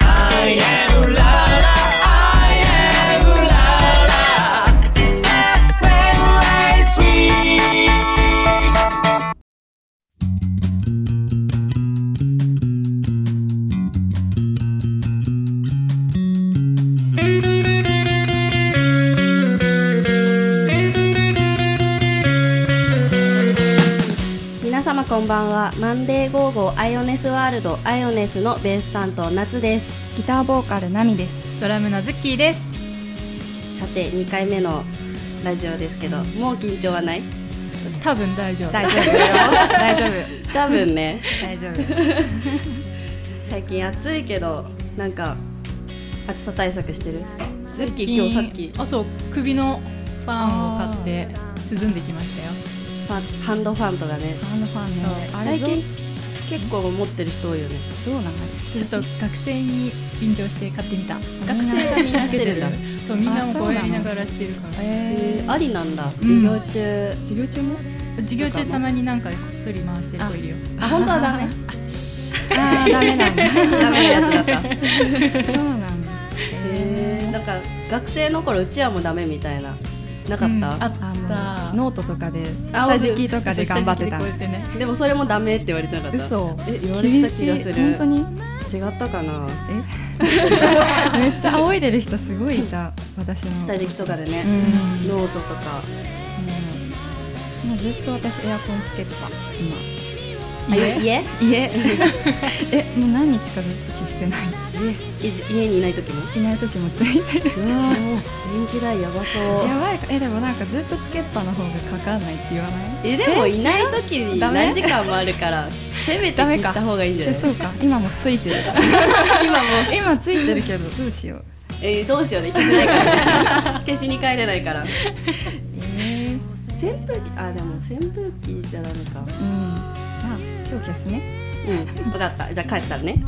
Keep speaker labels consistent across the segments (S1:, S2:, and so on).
S1: I am la la, I am la la. FM ライスウィーク
S2: 皆様こんばんはマンデーゴーゴーアイオネスワールドアイオネスのベース担当夏です
S3: ギターボーカルナミです。ドラムのズッキーです。
S2: さて2回目のラジオですけどもう緊張はない
S3: 多分大丈夫。
S2: 大丈
S3: 夫よ。 大丈夫。
S2: 多分ね
S3: 大丈夫。
S2: 最近暑いけどなんか暑さ対策してるズッキー今日さっき
S4: あそう首のファンを買って涼んできましたよ
S2: ファンハンドファンとかね
S3: あのファンね
S4: そ。
S3: あれ
S2: 最
S3: どう
S2: 近結構持ってる人多いよね
S3: どうなの？
S4: ちょっと学生に便乗して買ってみた学
S3: みん
S4: 生
S3: な
S4: がみんなして
S2: してるん
S4: る
S2: だ
S4: そうみんな
S3: あ
S4: もこ
S3: そうな
S4: うや
S3: の
S4: りながらしてるから
S3: え
S2: えーありなんだ
S3: うん
S2: 授業中
S3: ー、授業中も？
S4: 授業中たまになんかこっそり回してる子いるよ
S2: あ本当はダメ
S3: ああダメなんだ。
S2: ダメなやつだった
S3: そうなんだ。
S2: へーなんか学生の頃うちはもうダメみたいななか
S4: うん
S2: った、
S4: あった
S3: あのノートとかで
S2: あ
S3: 下敷きとかで頑張ってた
S4: そう。下敷きでこうやってね
S2: でもそれもダメって言われてなかった
S3: 嘘。
S2: え言われてた気がする
S3: 本当に。
S2: 違ったかな
S3: え？めっちゃ仰いでる人すごいいた。私の。
S2: 下敷きとかでね
S3: う、ん。
S2: ノートとか
S3: うんもうずっと私エアコンつけてた。今。
S4: 家
S2: 家
S3: 家 えもう何日かずつ消してない
S2: 家家にいない時も
S3: いない時もついてる
S2: うわ電気代やばそう
S3: やばいかえでもなんかずっとつけっぱの方がかかんないって言わない
S2: えでもいない時に
S3: ダメ
S2: 何時間もあるからせめて
S3: ダメ
S2: 消
S3: か
S2: した方がいいんじゃ
S3: え
S2: ない
S3: そうか今もついてる
S2: 今も
S3: 今ついてるけどどうしよう
S2: えーどうしようね消せないから、消しに帰れないから
S3: え
S2: 扇風機あでも扇風機じゃダメか
S3: うんまあ今日消すね
S2: うん分かったじゃあ帰ったらね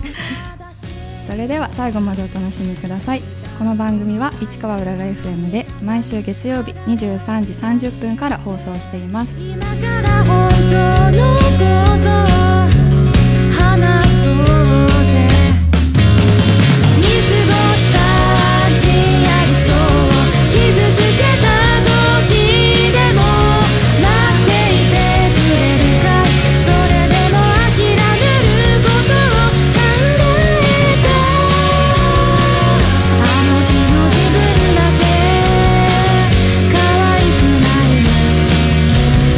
S3: それでは最後までお楽しみくださいこの番組は市川うらら FM で毎週月曜日23時30分から放送しています
S5: 今から本当のこと話そうぜ見過ごしたしありそう傷つけた時でも待っていてくれるかそれでも諦めることを考えたあの日の自分だけ可愛くないね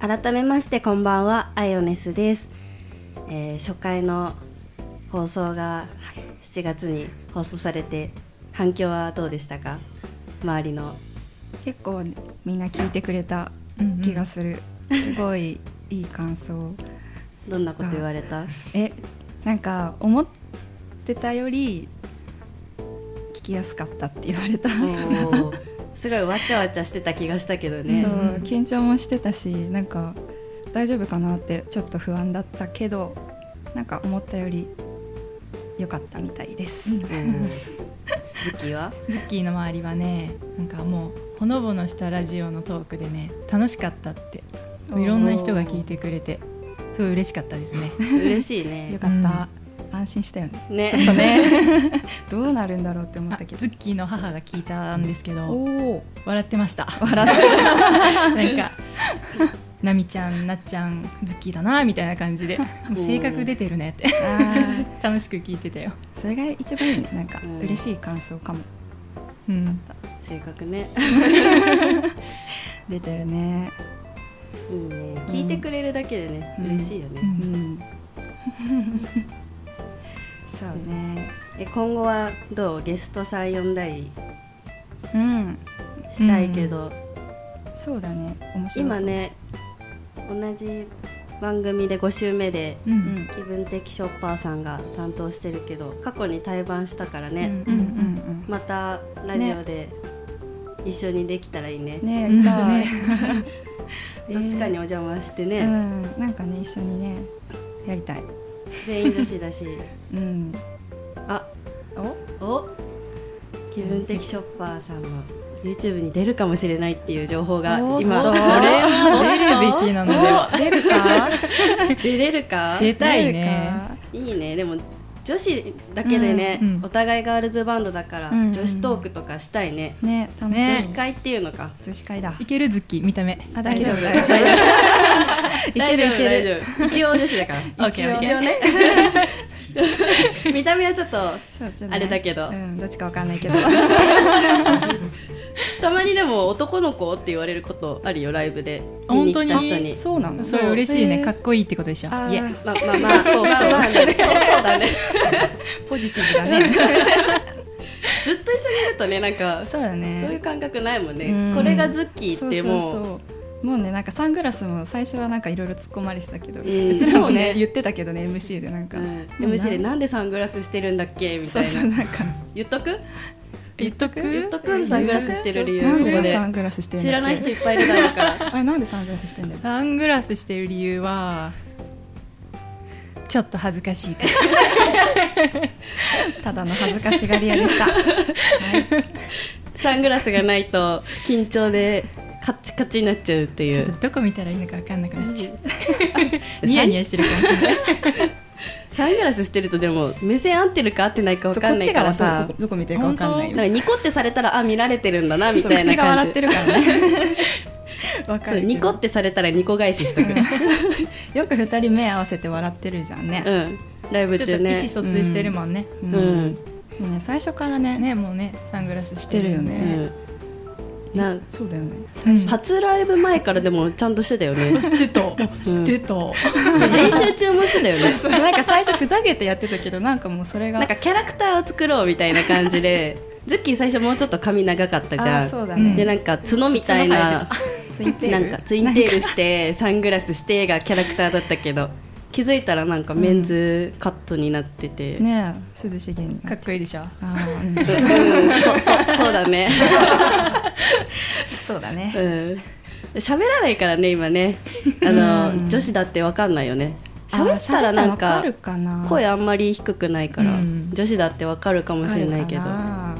S2: 改めましてこんばんはアイオネスです、えー初回の放送が7月に放送されて反響はどうでしたか周りの
S3: 結構みんな聞いてくれた気がする、すごいいい感想
S2: どんなこと言われた
S3: えなんか思ってたより聞きやすかったって言われた、
S2: おーすごいわちゃわちゃしてた気がしたけど
S3: そ
S2: ね
S3: う緊張もしてたしなんか大丈夫かなってちょっと不安だったけどなんか思ったより良かったみたいです、
S2: おー時期は
S4: ズッキーの周りはねなんかもうほのぼのしたラジオのトークでね楽しかったっていろんな人が聞いてくれてすごい嬉しかったですね
S2: 嬉しい
S3: よ
S2: ね
S3: かった、安心したよね
S2: ね
S3: ちょっとねどうなるんだろうって思っ
S4: あ
S3: たけど
S4: ズッキーの母が聞いたんですけど
S3: おお
S4: 笑ってました
S3: 笑って
S4: なんか「なみちゃんなっちゃんズッキーだな」みたいな感じで「性格出てるね」って
S3: あー
S4: 楽しく聞いてたよ、
S3: それが一番いいねなんか
S2: うん
S3: 嬉しい感想かも
S4: うん、
S2: 性格ね
S3: 出てるね
S2: いいね聞いてくれるだけでね
S3: うん
S2: 嬉しいよね、
S3: うんそうね
S2: え今後はどうゲストさん呼んだり
S3: うん
S2: したいけど、
S3: そうだね面白そう
S2: 今ね同じ番組で5週目で
S4: うんう
S3: うんん
S2: 気分的ショッパーさんが担当してるけど過去に対バンしたから
S3: うん
S2: ね、
S3: うんうん
S2: またラジオで一緒にできたらいいね
S3: うんねえ痛い
S2: どっちかにお
S3: ね
S2: 邪魔して
S3: え
S2: ね、
S3: うんなんかね一緒にねやりたい
S2: 全員女子だし
S3: うん
S2: あ
S4: お
S2: お気分的ショッパーさんの YouTube に出るかもしれないっていう情報が
S3: おー
S2: 今
S4: それは出るべきなのでは
S3: 出るか
S2: 出れるか
S4: 出たいね
S2: いいねでも女子だけでね、
S4: うんうん
S2: お互いガールズバンドだから、
S3: うんうん
S2: 女子トークとかしたいね、
S3: 出るかね楽し
S4: ね
S2: 女子会っていうのか
S3: 女子会だ
S4: いけるズッキー見た目
S3: あ大丈夫
S2: 大丈夫
S3: いけるいける
S2: 大丈夫一応女子だから
S4: オッケーオッケー
S2: 一応ね見た目はちょっと
S3: そうじゃない
S2: あれだけど
S3: うんどっちかわかんないけど
S2: たまにでも男の子って言われることあるよライブで見
S4: 本
S2: に
S4: 当
S2: 来
S4: に
S2: た人に
S3: そうなの
S4: それ嬉しい
S3: へ
S4: ね
S3: ー
S4: かっこいいってことでしょ
S3: あー
S4: いえ
S2: まあまあまあそうそうまあねそうそうだね
S3: ポジティブだね
S2: ずっと一緒にいるとねなんかそ
S3: そうだね
S2: ういう感覚ないもん
S3: うん
S2: ねこれがズッキーって
S3: そう
S2: もう
S3: そうそうもうねなんかサングラスも最初はなんかいろいろ突っ込まれてたけど、うんちらもね言ってたけどね MC でなんか、
S2: うん、MC でなんでサングラスしてるんだっけみ
S3: そ
S2: た
S3: う
S2: い
S3: そう
S2: な
S3: なんか
S2: 言っとく
S4: 言っとく
S2: 言っとくサングラスしてる理由
S3: なん
S2: ここ
S3: で
S2: で
S3: サングラスしてるんだっけ
S2: 知らない人いっぱいいるだろうから
S3: あれなんでサングラスしてんだよ
S4: サングラスしてる理由はちょっと恥ずかしいから
S3: ただの恥ずかしがり屋で した
S2: サングラスがないと緊張でカッチカチになっちゃうってい
S4: ちょっと
S2: う
S4: どこ見たらいいのか分かんなくなっちゃうニヤニヤしてるかもしれない
S2: サングラスしてるとでも目線合ってるか合ってないか
S3: そう
S2: 分かんないから
S3: こ
S2: さ
S3: っちがどこどこ見てるかわかんない
S2: なん
S3: よ
S2: かニコってされたらあ見られてるんだなみ
S3: そ
S2: た
S3: う
S2: いな
S3: 口が笑
S2: 感
S3: って
S2: じ
S3: るからねわか
S2: そう
S3: る
S2: ニコってされたらニコ返ししとく
S3: よく二人目合わせて笑ってるじゃんね
S2: う、んライブ
S4: ちょ
S2: 中
S4: っと意
S2: ね
S4: 思疎通してるもんね、
S2: う
S3: うん
S2: ん
S3: もうね最初からね
S4: ねもうねサングラスし
S3: して
S4: て
S3: る
S4: る
S3: よ
S2: う
S3: ね、
S2: んなん
S3: そうだよね
S4: 最初
S2: 初ライブ前からでもちゃんとしてたよ ね
S4: してたしてた、
S2: 練習中もしてたよね
S3: そうなんか最初ふざけてやってたけどなんかもうそれが
S2: なんかキャラクターを作ろうみたいな感 じでズッキー最初もうちょっと髪長かったじゃ
S3: あ
S2: ん
S3: そうだ
S4: ね
S2: でなんか角みたいな
S3: ツインテー
S2: な
S3: ル
S2: んかツインテールしてサングラスしてがキャラクターだったけど気づいたらなんかメンズカットになってて、うん
S3: ねえ涼しげに
S4: かっこいいでしょ
S3: あーうん
S2: そうそうそうだ ね
S3: そうだ
S2: う
S3: ね
S2: ん喋らないからね今ねあの、
S3: うん
S2: 女子だってわかんないよね喋ったらなん
S3: あー喋ったらわか
S2: か
S3: るかな
S2: 声あんまり低くないから、
S4: うん
S2: 女子だってわかるかもしれないけど
S3: わかるかな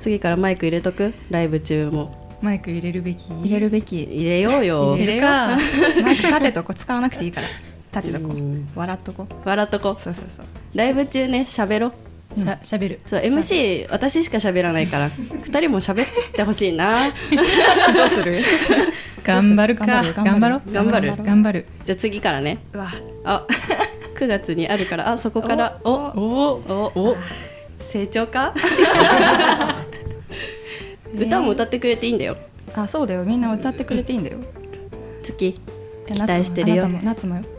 S2: 次からマイク入れとくライブ中も
S4: マイク入れるべき
S3: 入れるべき
S2: 入れよう よ
S4: 入れるか
S3: マイク立てとこ使わなくていいから立てとこ
S2: うん
S3: 笑っとこ
S2: 笑っとこ
S3: そうそうそう
S2: ライブ中ね喋ろう
S4: しゃしゃべる
S2: そう MC 私しか喋らない から二人も喋ってほしいな
S3: どうする
S4: 頑張るか頑張
S3: 頑張
S4: ろ
S3: ろ
S4: う
S3: う
S2: 頑張る
S4: 頑張る
S2: じゃあ次からね
S3: うわ
S2: あ 9月にあるからあそこからおお
S4: おお
S2: 成 長か歌も歌ってくれていいんだよ
S3: あそうだよみんな歌ってくれていいんだよ
S2: 月
S3: え
S2: 期待してるよ
S3: 夏もあなたも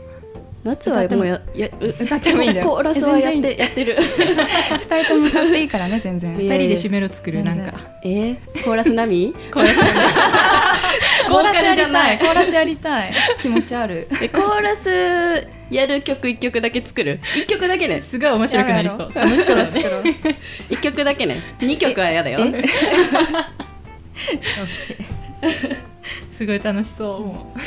S2: 夏はもうややう
S3: 歌ってもいいんだよ
S2: コーラスはや
S3: え
S2: っ
S3: 全然
S2: てやってる
S3: 夏も二人とも歌っていいからね全然
S2: い
S4: 二
S2: や
S4: 人で締めろ作る
S3: 全
S4: なん
S3: 然
S4: か
S2: えー、コーラス並み
S4: コーラス
S3: コーラスやり
S2: ボーカルじゃな
S3: たい
S2: い
S3: コーラスやりたい気持ちある
S2: えコーラスやる曲一曲だけ作る一曲だけね
S4: すごい面白くなりそう楽しそうだね
S2: 一曲だけね二曲はやだよ
S4: すごい楽しそう もう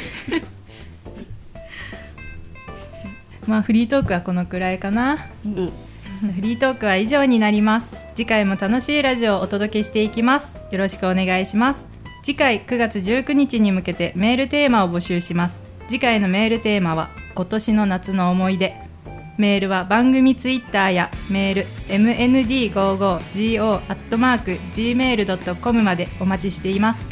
S4: まあフリートークはこのくらいかな
S2: うん
S4: フリートークは以上になります次回も楽しいラジオをお届けしていきますよろしくお願いします次回9月19日に向けてメールテーマを募集します次回のメールテーマは今年の夏の思い出メールは番組ツイッターやメール mnd55go.gmail.com までお待ちしています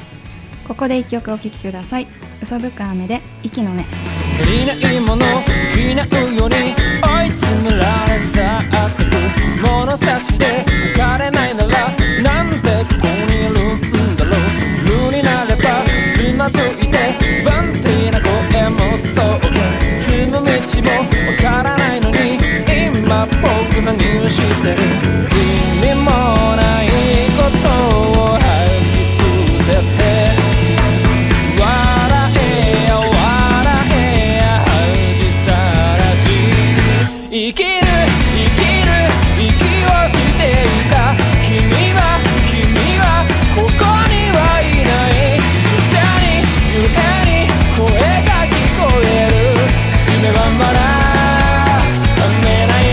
S3: ここで一曲お聴きください嘘ぶく雨で息の根
S1: いないもの気なうように追い詰められさあったく物差しで浮かれないならなんでここにいるんだろう無になればつまずいて不安定な声もそう進む道もわからないのに今僕何をしてる意味もないことを吐き捨てて笑えや笑えや恥さらし生きる生きる息をしていた君は君はここにはいない実際に夢に声が聞こえる夢はまだ覚めない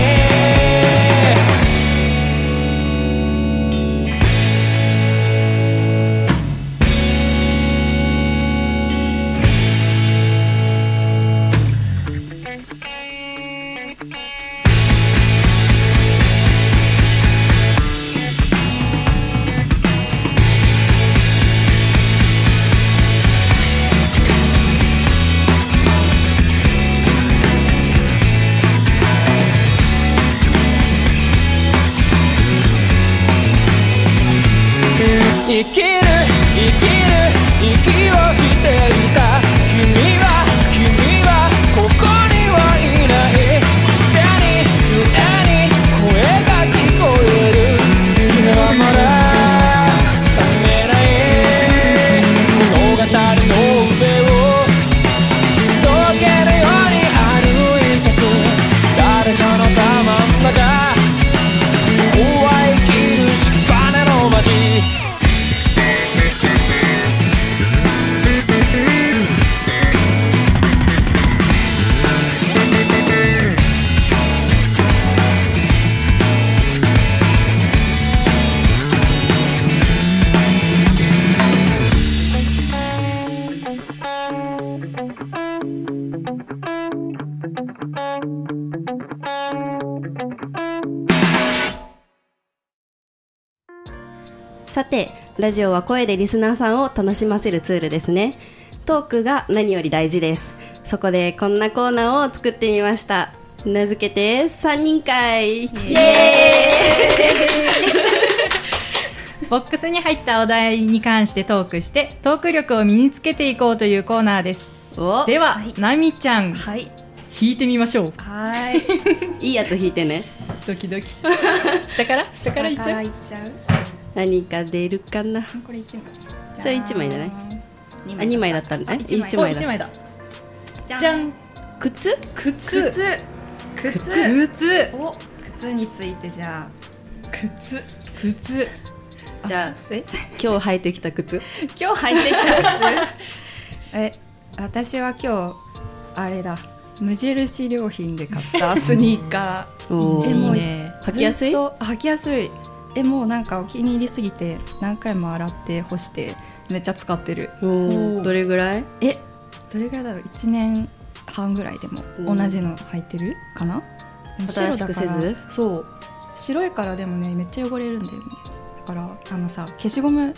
S1: 生きる生きる息をしていた君は君はここにはいない背に胸に声が聞こえる夢はまだ覚めない物語の上を「どけるように歩いてく」「誰かのたまん中」「怖いきるしきばねの街」
S2: さてラジオは声でリスナーさんを楽しませるツールですねトークが何より大事ですそこでこんなコーナーを作ってみました名付けて三人会イエ
S4: ボックスに入ったお題に関してトークしてトーク力を身につけていこうというコーナーです
S2: ーイお
S4: では、なみちゃん
S3: はい
S4: 引いてみましょう
S3: はい
S2: いいやつ引いてね
S4: ドキドキ 下から下からいっちゃう
S3: いっちゃう
S2: 何か出るかな
S3: これ一枚
S2: それ一枚じゃない
S3: 二
S2: あ二枚だったね
S3: あ一枚
S2: 一
S4: お
S2: 枚だ
S4: 一枚だ
S3: じ
S4: じゃ
S3: ゃん
S4: ん靴靴
S3: 靴靴
S4: 靴靴
S3: お靴についてじゃ
S4: 靴靴
S2: じゃ
S3: あえ
S2: あ今日履いてきた靴
S3: 今日履いてき た靴え私は今日あれだ無印良品で買 ったスニーカ
S2: お
S3: ー
S2: ー
S3: えもう
S4: いいね
S2: 履きやすい
S3: ずっと履きやすいえもうなんかお気に入りすぎて何回も洗って干してめっちゃ使ってる
S2: おー
S4: おー
S2: どれぐらい
S3: えどれぐらいだろう1年半ぐらいでも
S2: おー
S3: 同じの履いてるかなでも白だから
S2: 新しくせず
S3: そう白いからでもねめっちゃ汚れるんだよねだからあのさ消しゴム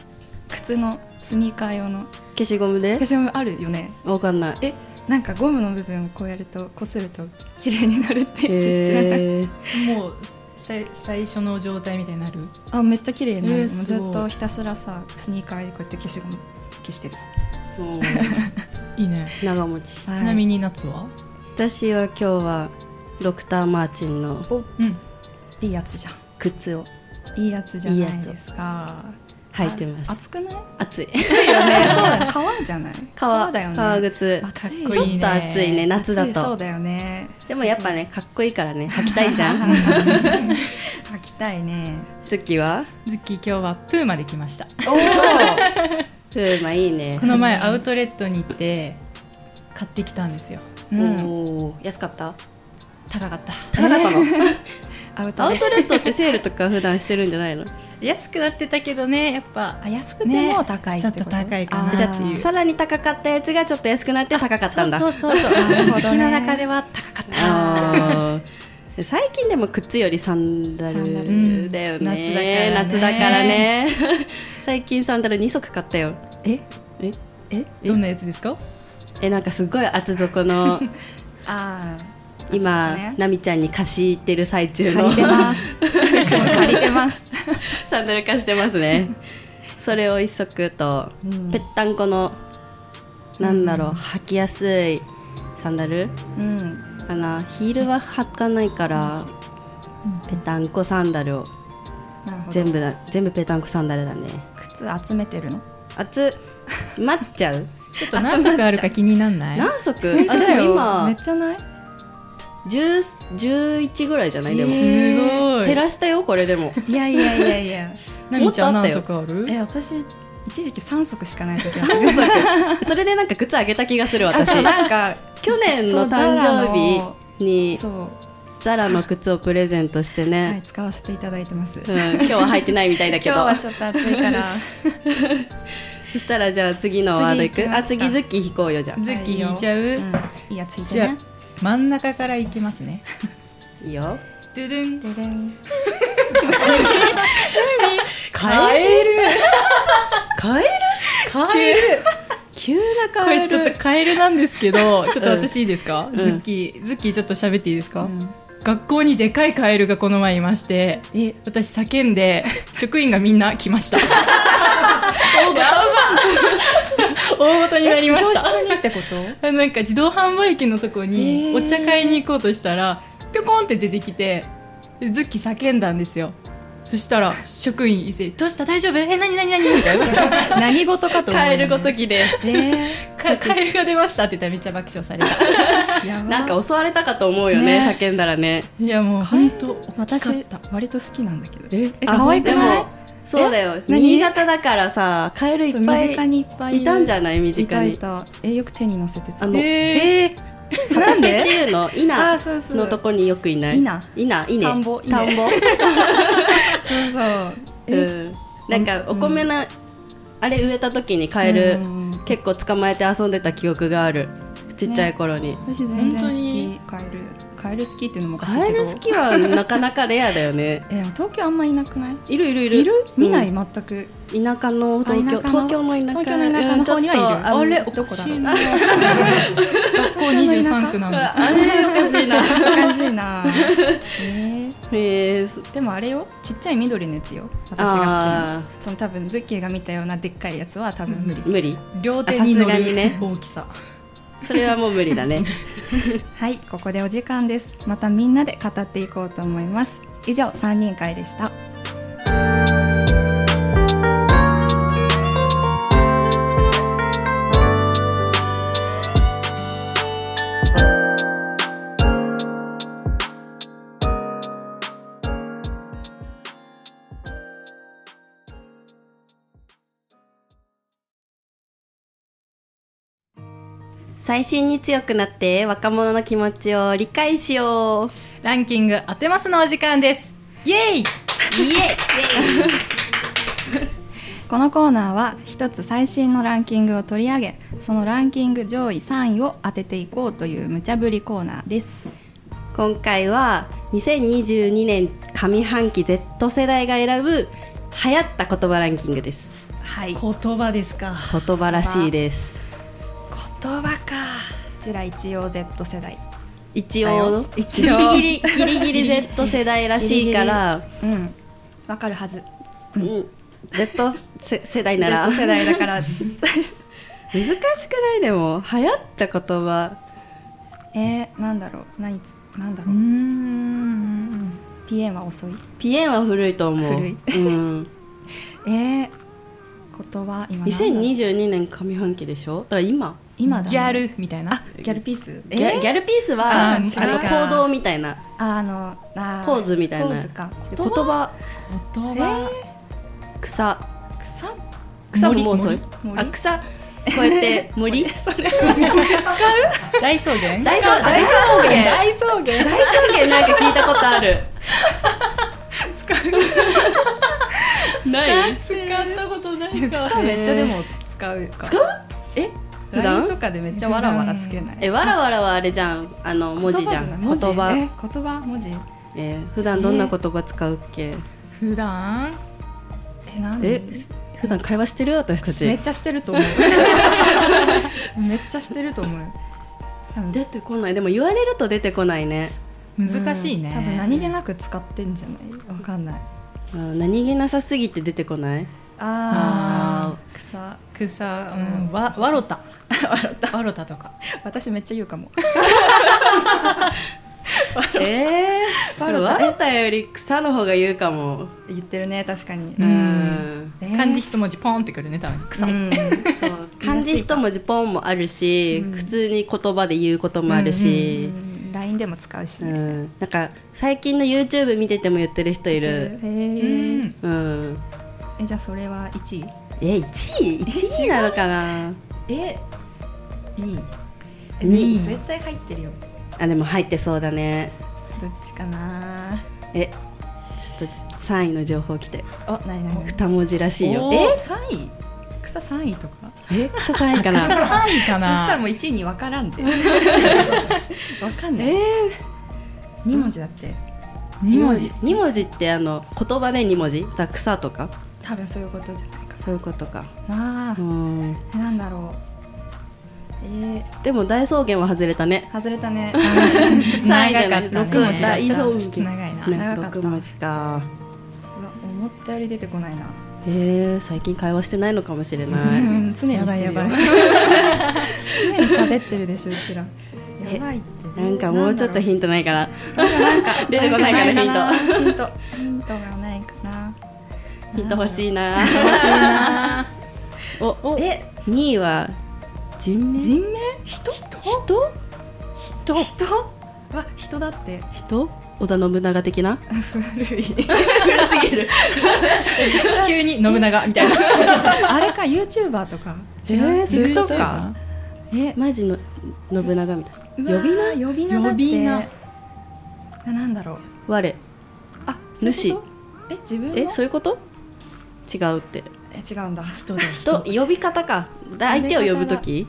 S3: 靴のスニーカー用の
S2: 消しゴムで
S3: 消しゴムあるよね
S2: わかんない
S3: えなんかゴムの部分をこうやるとこすると綺麗になるってやつ知らない、
S2: へー
S4: もうさ最初の状態みたいになる
S3: あめっちゃ綺麗になる、
S4: え
S3: も
S4: ー
S3: う
S4: す
S3: ずっ
S4: ごい
S3: とひたすらさスニーカーでこうやって消しゴム消してる、
S2: おー
S4: いいね
S2: 長持ち
S4: ちなみに夏は
S2: 私は今日はドクター・マーチンの
S4: うん
S3: いいやつじゃん
S2: 靴を
S3: いいやつじゃない
S2: いいやつ
S3: ですか
S2: 履いてます
S3: あ暑くない
S2: 暑い
S3: 暑いよねそうだね 革じゃない
S2: 革
S3: だよね
S2: 革靴
S3: あかっこいいね
S2: ちょっと暑いね夏だ
S3: 暑いそう
S2: と
S3: だよね
S2: でもやっぱねかっこいいからね履きたいじゃ ん
S3: 履きたいね
S2: 月は
S4: ズッキー今日はプーマで来ました
S3: おお
S2: プーマいいね
S4: この前アウトレットに行って買ってきたんですよ
S3: う
S2: お
S3: ん
S2: ー安かった
S4: 高かった
S2: 高かったの
S3: アウト
S2: ア
S3: レッ
S2: ウ
S3: ト
S2: トレットってセールとか普段してるんじゃないの
S4: 安くなってたけどねやっぱ
S3: あ安くても高いってこと、
S4: ねちょっと高いかな
S3: あー
S2: じゃ
S4: っていう
S2: あさらに高かったやつがちょっと安くなって高かったんだ
S4: そうそう そうそう
S3: なるほどね
S4: 好きの中では高かった
S2: あー 最近でも靴よりサンダ
S3: サンダル
S2: ルだよね,、
S4: うん夏だからね
S2: 夏だからね 最近サンダル2足買ったよ
S3: え
S2: え
S3: え
S4: どんなやつですか
S2: えなんかすごい厚 底の
S3: ああ
S2: 今、
S3: 厚底ね
S2: 奈美ちゃんに貸し入ってる最中
S3: 借
S2: の
S3: りてます 借りてます
S2: サンダル貸してますねそれを1足と、
S3: うん
S2: ぺったんこのなんだろう履きやすいサンダル
S3: うん
S2: かなヒールは履かないからぺたんこサンダルを
S3: なるほど
S2: 全部だ全部ぺたんこサンダルだね
S3: 靴集めてるの
S2: 熱っ待っちゃう
S4: ちょっと何足あるか気になんない
S2: 何足あでも
S3: め
S2: 今
S3: っちゃない
S2: 10 11ぐらいじゃないでも、
S3: え
S4: すごい
S2: 減らしたよこれでも
S3: いやいやいやいや
S4: なみちゃん
S2: もっとあ
S4: 何
S2: ったよ
S4: 足ある
S3: え私一時期三足しかない時あった
S2: 3 足それでなんか靴あげた気がする
S3: あ
S2: 私
S3: そうなんか
S2: 去年
S3: そ
S2: の
S3: うザ
S2: 誕
S3: ラ
S2: 生
S3: の
S2: 日に
S3: そう
S2: ザラの靴をプレゼントして
S3: はい
S2: ね、
S3: 使わせていただいてます
S2: うん、今日は履いてないみたいだ け
S3: 今日
S2: ど
S3: はちょっと暑いから
S2: そしたらじゃあ次のワードいく
S3: 次行きますか
S2: あ次ズッキー引こうよじゃ
S4: ズッキー引いちゃう、
S3: うんいいやついて
S4: じゃ
S3: ね
S4: あ真ん中からいきますね
S2: あいいよ
S4: ドゥドゥン
S3: ででん
S2: カエルカエルカ エル急な
S4: こ
S2: カエ
S4: れ
S2: ル
S4: ちょっとカエルなんですけどちょっと私いいですか、
S2: ん
S4: ズッキーズッキーちょっと喋っていいですか、
S3: ん
S4: 学校にでかいカエルがこの前いまして
S3: え
S4: 私叫んで職員がみんな来ました
S6: 大ごとになりまし
S3: 教
S6: た
S3: 室にってこと
S4: あ なんか自動販売機のとこ
S3: へ
S4: に
S3: ー
S4: お茶買いに行こうとしたらぴょこんって出てきてでズッキー叫んだんですよそしたら職員一斉「どうした大丈夫え何何何?」みたいな
S3: 何事かと思う
S6: カエ
S3: よね
S6: ルごときで
S3: ね
S4: 「かカエルが出ました」って言ったらめっちゃ爆笑された
S3: えやば
S6: なんか襲われたかと思うよね
S3: ね
S6: 叫んだらね
S4: いやもう本当
S3: 私割と好きなんだけど
S6: え
S3: え可愛く
S6: で
S3: ない
S6: もそうだよ
S3: 何
S6: 新潟だからさカエルい
S3: そう
S6: っぱ
S3: 身近
S6: い
S3: にいっぱい
S6: いたんじゃ
S3: い
S6: ない身
S3: い
S6: 近
S3: たい
S6: に
S3: たえよく手に乗せてた
S6: あもう
S3: ええ
S6: 畑っていうの
S3: あ
S6: 稲
S3: そうそう
S6: のとこによくいない
S3: 稲
S6: 稲稲
S3: 田んぼ稲
S6: 田んぼ
S3: そうそう
S6: う
S3: え
S6: んなんかお米のあれ植えた時にカエ
S3: う
S6: ル
S3: ん
S6: 結構捕まえて遊んでた記憶があるちっちゃい頃に
S3: 私全然
S4: 本当に
S3: 好きカエルカエル好きっていうのもおかしいけど
S6: カエル好きはなかなかレアだよね
S3: え東京あんまいなくない
S6: いるいるいる
S3: いる見ない
S6: うん
S3: 全く
S6: 田舎の東京
S3: あ田舎の
S6: 東京の田舎
S3: 東京の田舎の方にはいる
S6: うんちょっとの
S4: あれお
S3: ど
S4: か
S3: こだ
S4: し
S3: ろ う
S4: いな学校23区なんですけど
S6: あれおかしいな
S3: おかしいな え
S6: えーす
S3: ーでもあれよちっちゃい緑のやつよ私が好きなの
S6: あ
S3: その多分ズッキーが見たようなでっかいやつは多分無理
S6: ー無理
S4: 両手に
S6: あ
S4: 乗
S6: さすがに
S4: る
S6: ね
S4: 大きさ
S6: それはもう無理だね
S3: はいここでお時間ですまたみんなで語っていこうと思います以上3人会でした
S2: 最新に強くなって若者の気持ちを理解しよう
S4: ランキング当てますのお時間ですイエイ
S3: このコーナーは一つ最新のランキングを取り上げそのランキング上位3位を当てていこうという無茶ぶりコーナーです
S2: 今回は2022年上半期 Z 世代が選ぶ流行った言葉ランキングです
S3: はいこ
S4: 言葉ですか
S2: 言葉らしいです
S3: 言葉かこちら一応 Z 世代
S2: 一応
S3: 一応
S2: ギリギリギリギリ Z 世代らしいから
S3: うんわかるはず
S2: うん、Z 世世代なら
S3: Z 世代だ から
S2: 難しくないでも流行った言葉
S3: えー、なんだろう何なんだろ
S4: う
S3: う、
S4: ーん
S3: PM は遅い
S2: ピエンは古いと思う
S3: 古い
S2: うん、
S3: えー、言葉今なんだ
S2: 2022年上半期でしょだから今
S3: 今だ、ね、
S4: ギャルみたいな
S3: ギャルピース
S2: ギャギャルピースは
S4: あ
S2: あ
S4: ー
S2: の
S4: 違うか
S2: 行動みたいな
S3: あのあ
S2: ポーズみたいな
S3: ポーズか
S2: 言葉
S4: 言
S3: え
S4: 葉
S3: ー、
S2: 草
S3: 草
S2: 草ももうそれ
S4: 森
S3: 森
S2: あ草こうや って森
S4: 大草原
S2: 大草大草原大
S3: 草原
S2: 草原なんか聞いたことあ る使うない
S6: 使ったことないか
S3: 草めっちゃでも使うか
S2: 使う
S3: え
S2: 普段
S3: LINE とかでめっちゃわらわらつけない
S2: えわらわらはあれじゃんあの文字じゃん
S3: 言
S2: 言
S3: 葉
S2: 葉
S3: え言葉文字
S2: えー普段どんな言葉使うっけ
S4: 普段
S3: えなん
S2: え
S3: で
S2: 普段会話してる私たち
S3: めっちゃしてると思うめっちゃしてると思う多分
S2: 出てこないでも言われると出てこないね、
S4: 難しいね、
S3: 多分何気なく使ってんじゃないわかんない
S2: うん、何気なさすぎて出てこない
S3: あー草
S4: 草、うん、わわろたわろたとか
S3: 私めっちゃ言うかも
S2: えー、
S3: バロタ
S2: バロタより草の方が言うかも
S3: 言ってるね確かに
S4: う
S2: うんん、
S3: えー
S4: 漢字一文字ポンってくるね多分草、
S3: うん
S2: そう漢字一文字ポンもあるし、
S3: うん
S2: 普通に言葉で言うこともあるし、
S3: LINE でも使うし
S2: うん
S3: ね
S2: なんか最近の YouTube 見てても言ってる人い
S3: へ
S2: る、
S4: う
S3: ー
S4: ん
S2: うん、
S3: えじゃあそれは1位
S2: え1位1位なのかな
S3: え2位
S2: 二位
S3: 絶対入ってるよ
S2: あでも入ってそうだね
S3: どっちかな
S2: えちょっと3位の情報来て
S3: お何何何
S2: 二文字らしいよ
S4: お
S3: え三3位草3位とか
S2: え草3位か
S4: 草
S2: な
S4: 3位か
S3: そしたら
S4: な
S3: もう1位に分からんで分かん
S2: え
S3: ない、2文字だって
S4: 二文字
S2: 2文字ってあの言葉で2文字だから草とか
S3: 多分そういうことじゃないか
S2: そういうことか
S3: なあ
S2: う、ん
S3: えなんだろうえー、
S2: でも大草原は外れたね
S3: 外れた ね
S4: ちょっと長かったね
S2: 六文字だ
S4: ちょっ
S2: 六
S4: と
S2: 文字
S4: 長いな、
S2: ね
S3: 長かった
S2: 6文字か
S3: うわ思ったより出てこないな
S2: えー、最近会話してないのかもしれな い
S3: うん常に
S4: やばい
S3: して
S4: や
S3: るよ
S4: ばい常に喋ってるでしょうちらやばいって
S2: なんかもうちょっとヒントないかな 出てこないかなヒ
S3: ヒ
S2: ント
S3: ントヒントがないかな
S2: ヒント欲しいなおおえ2位は人名
S3: 人名人
S2: 人
S3: 人人は人だって
S2: 人織田信長的な
S4: 急に信長みたいな
S3: あれか YouTuber とか違う TikToker え
S2: マジの信長みたいな
S3: 呼び名呼び名だって
S4: 呼び名
S3: あなんだろう
S2: 我
S3: あそういう
S2: 主
S3: ことえ自分の
S2: えそういうこと違うって
S3: え違うんだ人
S2: 人呼び方かだ相手を呼ぶ時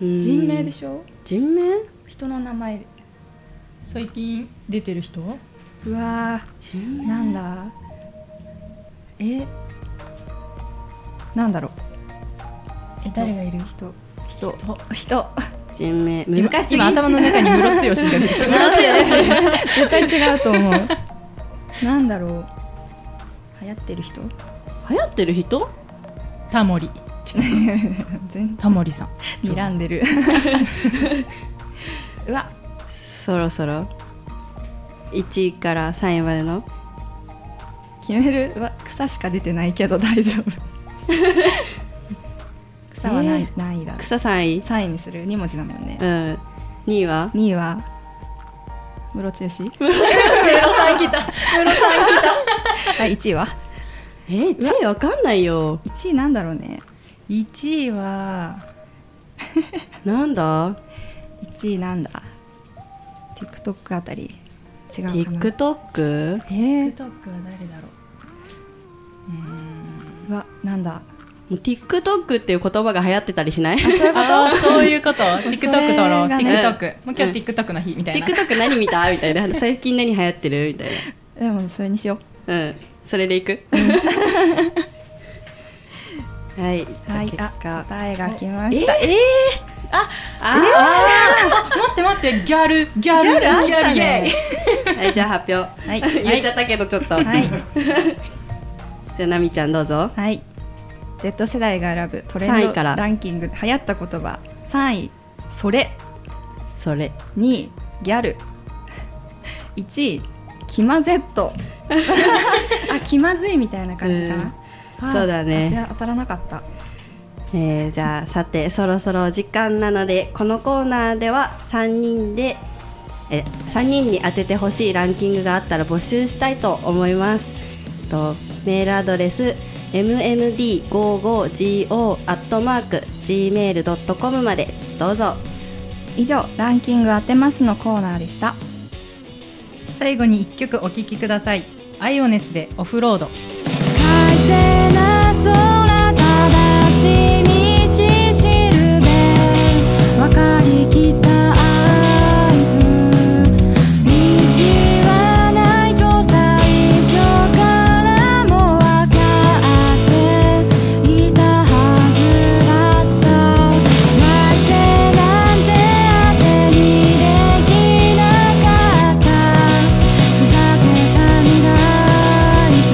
S3: 人名で
S2: ょ
S3: しょ
S2: 人名
S3: 人の名前
S4: 最近出てる人
S3: うわ
S2: 人
S3: ー
S2: 名
S3: なんだえなんだろう
S4: え誰がいる
S3: 人人人
S2: 人名難しい
S4: 今頭の中にムロツヨシが出てきた
S3: 絶対違うと思うなんだろう流行ってる人
S2: 流行ってる人
S4: タモリ
S3: 全
S4: タモリさん
S3: 睨んで るうわ
S2: そろそろ1位から3位までの
S3: 決めるうわ草しか出てないけど大 丈夫草はない,、ないだ
S2: 草3位
S3: 3位にする2文字だもんね
S2: うん2位は
S3: 2位はムロツヨシムロさん来たムロさん来た 1位は
S2: えー、1位わかんないよ
S3: 1位なんだろうね
S4: 1位は
S2: なんだ
S3: 1位なんだ TikTok あたり違うかな
S2: TikTok?
S3: え
S4: TikTok
S3: ー、
S4: は誰だろ
S3: うわなんだ
S2: もう TikTok っていう言葉が流行ってたりしないう
S4: あーそういう こと TikTok 撮ろ
S3: そ
S4: う
S3: れがね
S4: TikTok もう今日 TikTok の日みたいな
S2: TikTok 何見たみたいな最近何流行ってるみたい
S3: でもそれにしよう
S2: なうんそれ でいくはい
S3: はい、
S2: じ
S3: あ
S2: ゃあ結果
S3: 答えが来ました。
S2: えー、
S4: 待って待ってギャルギャルギャルギイエイ
S2: はいじゃあ発表、
S3: はい
S2: 言っちゃったけどちょっと、
S3: はい、
S2: じゃあなみちゃんどうぞ
S3: はい。Z 世代が選ぶトレン
S2: 3
S3: ド
S2: 位から
S3: ランキング流行った言葉3位それ
S2: それ
S3: 2位ギャル1位気まぜっと あ気まずいみたいな感じかな、あ
S2: そうだね
S3: いや当たらなかった
S2: えーじゃあさてそろそろ時間なのでこのコーナーでは3人でえ3人に当ててほしいランキングがあったら募集したいと思いますとメールアドレス mnd55go.gmail.com までどうぞ
S3: 以上ランキング当てますのコーナーでした
S4: 最後に1曲お聴きくださいアイオネスでオフロード
S5: 「大勢な空正しい道しるべ」「分かりきった合図」「道はないと最初からも分かっていたはずだった」「大勢なんて当てにできなかった」「ふざけた未来図」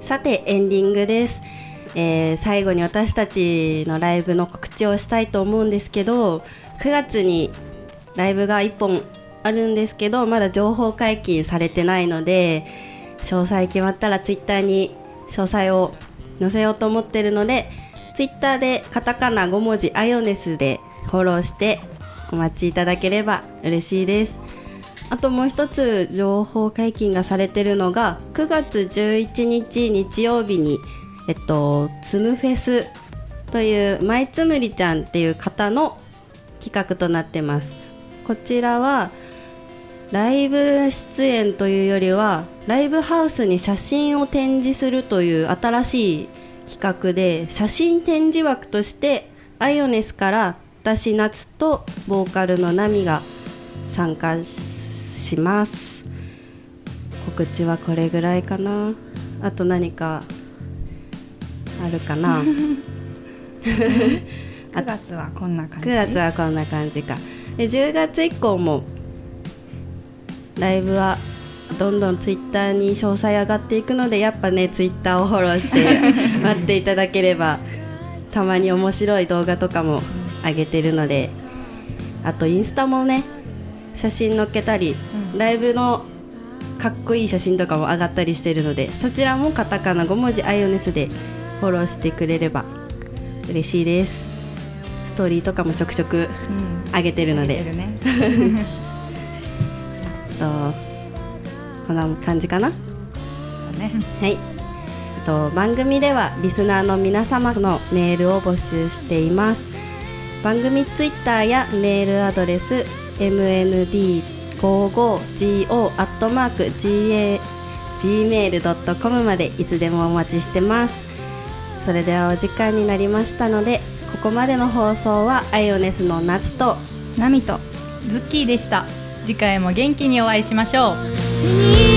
S2: さてエンディングです、えー最後に私たちのライブの告知をしたいと思うんですけど9月にライブが1本あるんですけどまだ情報解禁されてないので詳細決まったらツイッターに詳細を載せようと思ってるのでツイッターでカタカナ5文字アイオネスでフォローしてお待ちいただければ嬉しいですあともう一つ情報解禁がされてるのが9月11日日曜日にえっとつむフェスというまいつむりちゃんっていう方の企画となってますこちらはライブ出演というよりはライブハウスに写真を展示するという新しい企画で写真展示枠としてアイオネスから私夏とボーカルのナミが参加します告知はこれぐらいかなあと何かあるかな
S3: 9月はこんな感じ
S2: 9月はこんな感じかで10月以降もライブはどんどんツイッターに詳細上がっていくのでやっぱねツイッターをフォローして待っていただければたまに面白い動画とかも上げてるのであとインスタもね写真載っけたり、ライブのかっこいい写真とかも上がったりしてるのでそちらもカタカナ5文字アイオネスでフォローしてくれれば嬉しいですストーリーとかもちょくちょく
S3: うん
S2: 上げてるので
S3: 上げてるね
S2: とこんな感じかな
S3: そうね
S2: はいえっと番組ではリスナーの皆様のメールを募集しています番組ツイッターやメールアドレス mnd55go.gmail.com までいつでもお待ちしてますそれではお時間になりましたのでここまでの放送はアイオネスの夏と
S3: ナミと
S4: ズッキーでした次回も元気にお会いしましょう
S5: 死に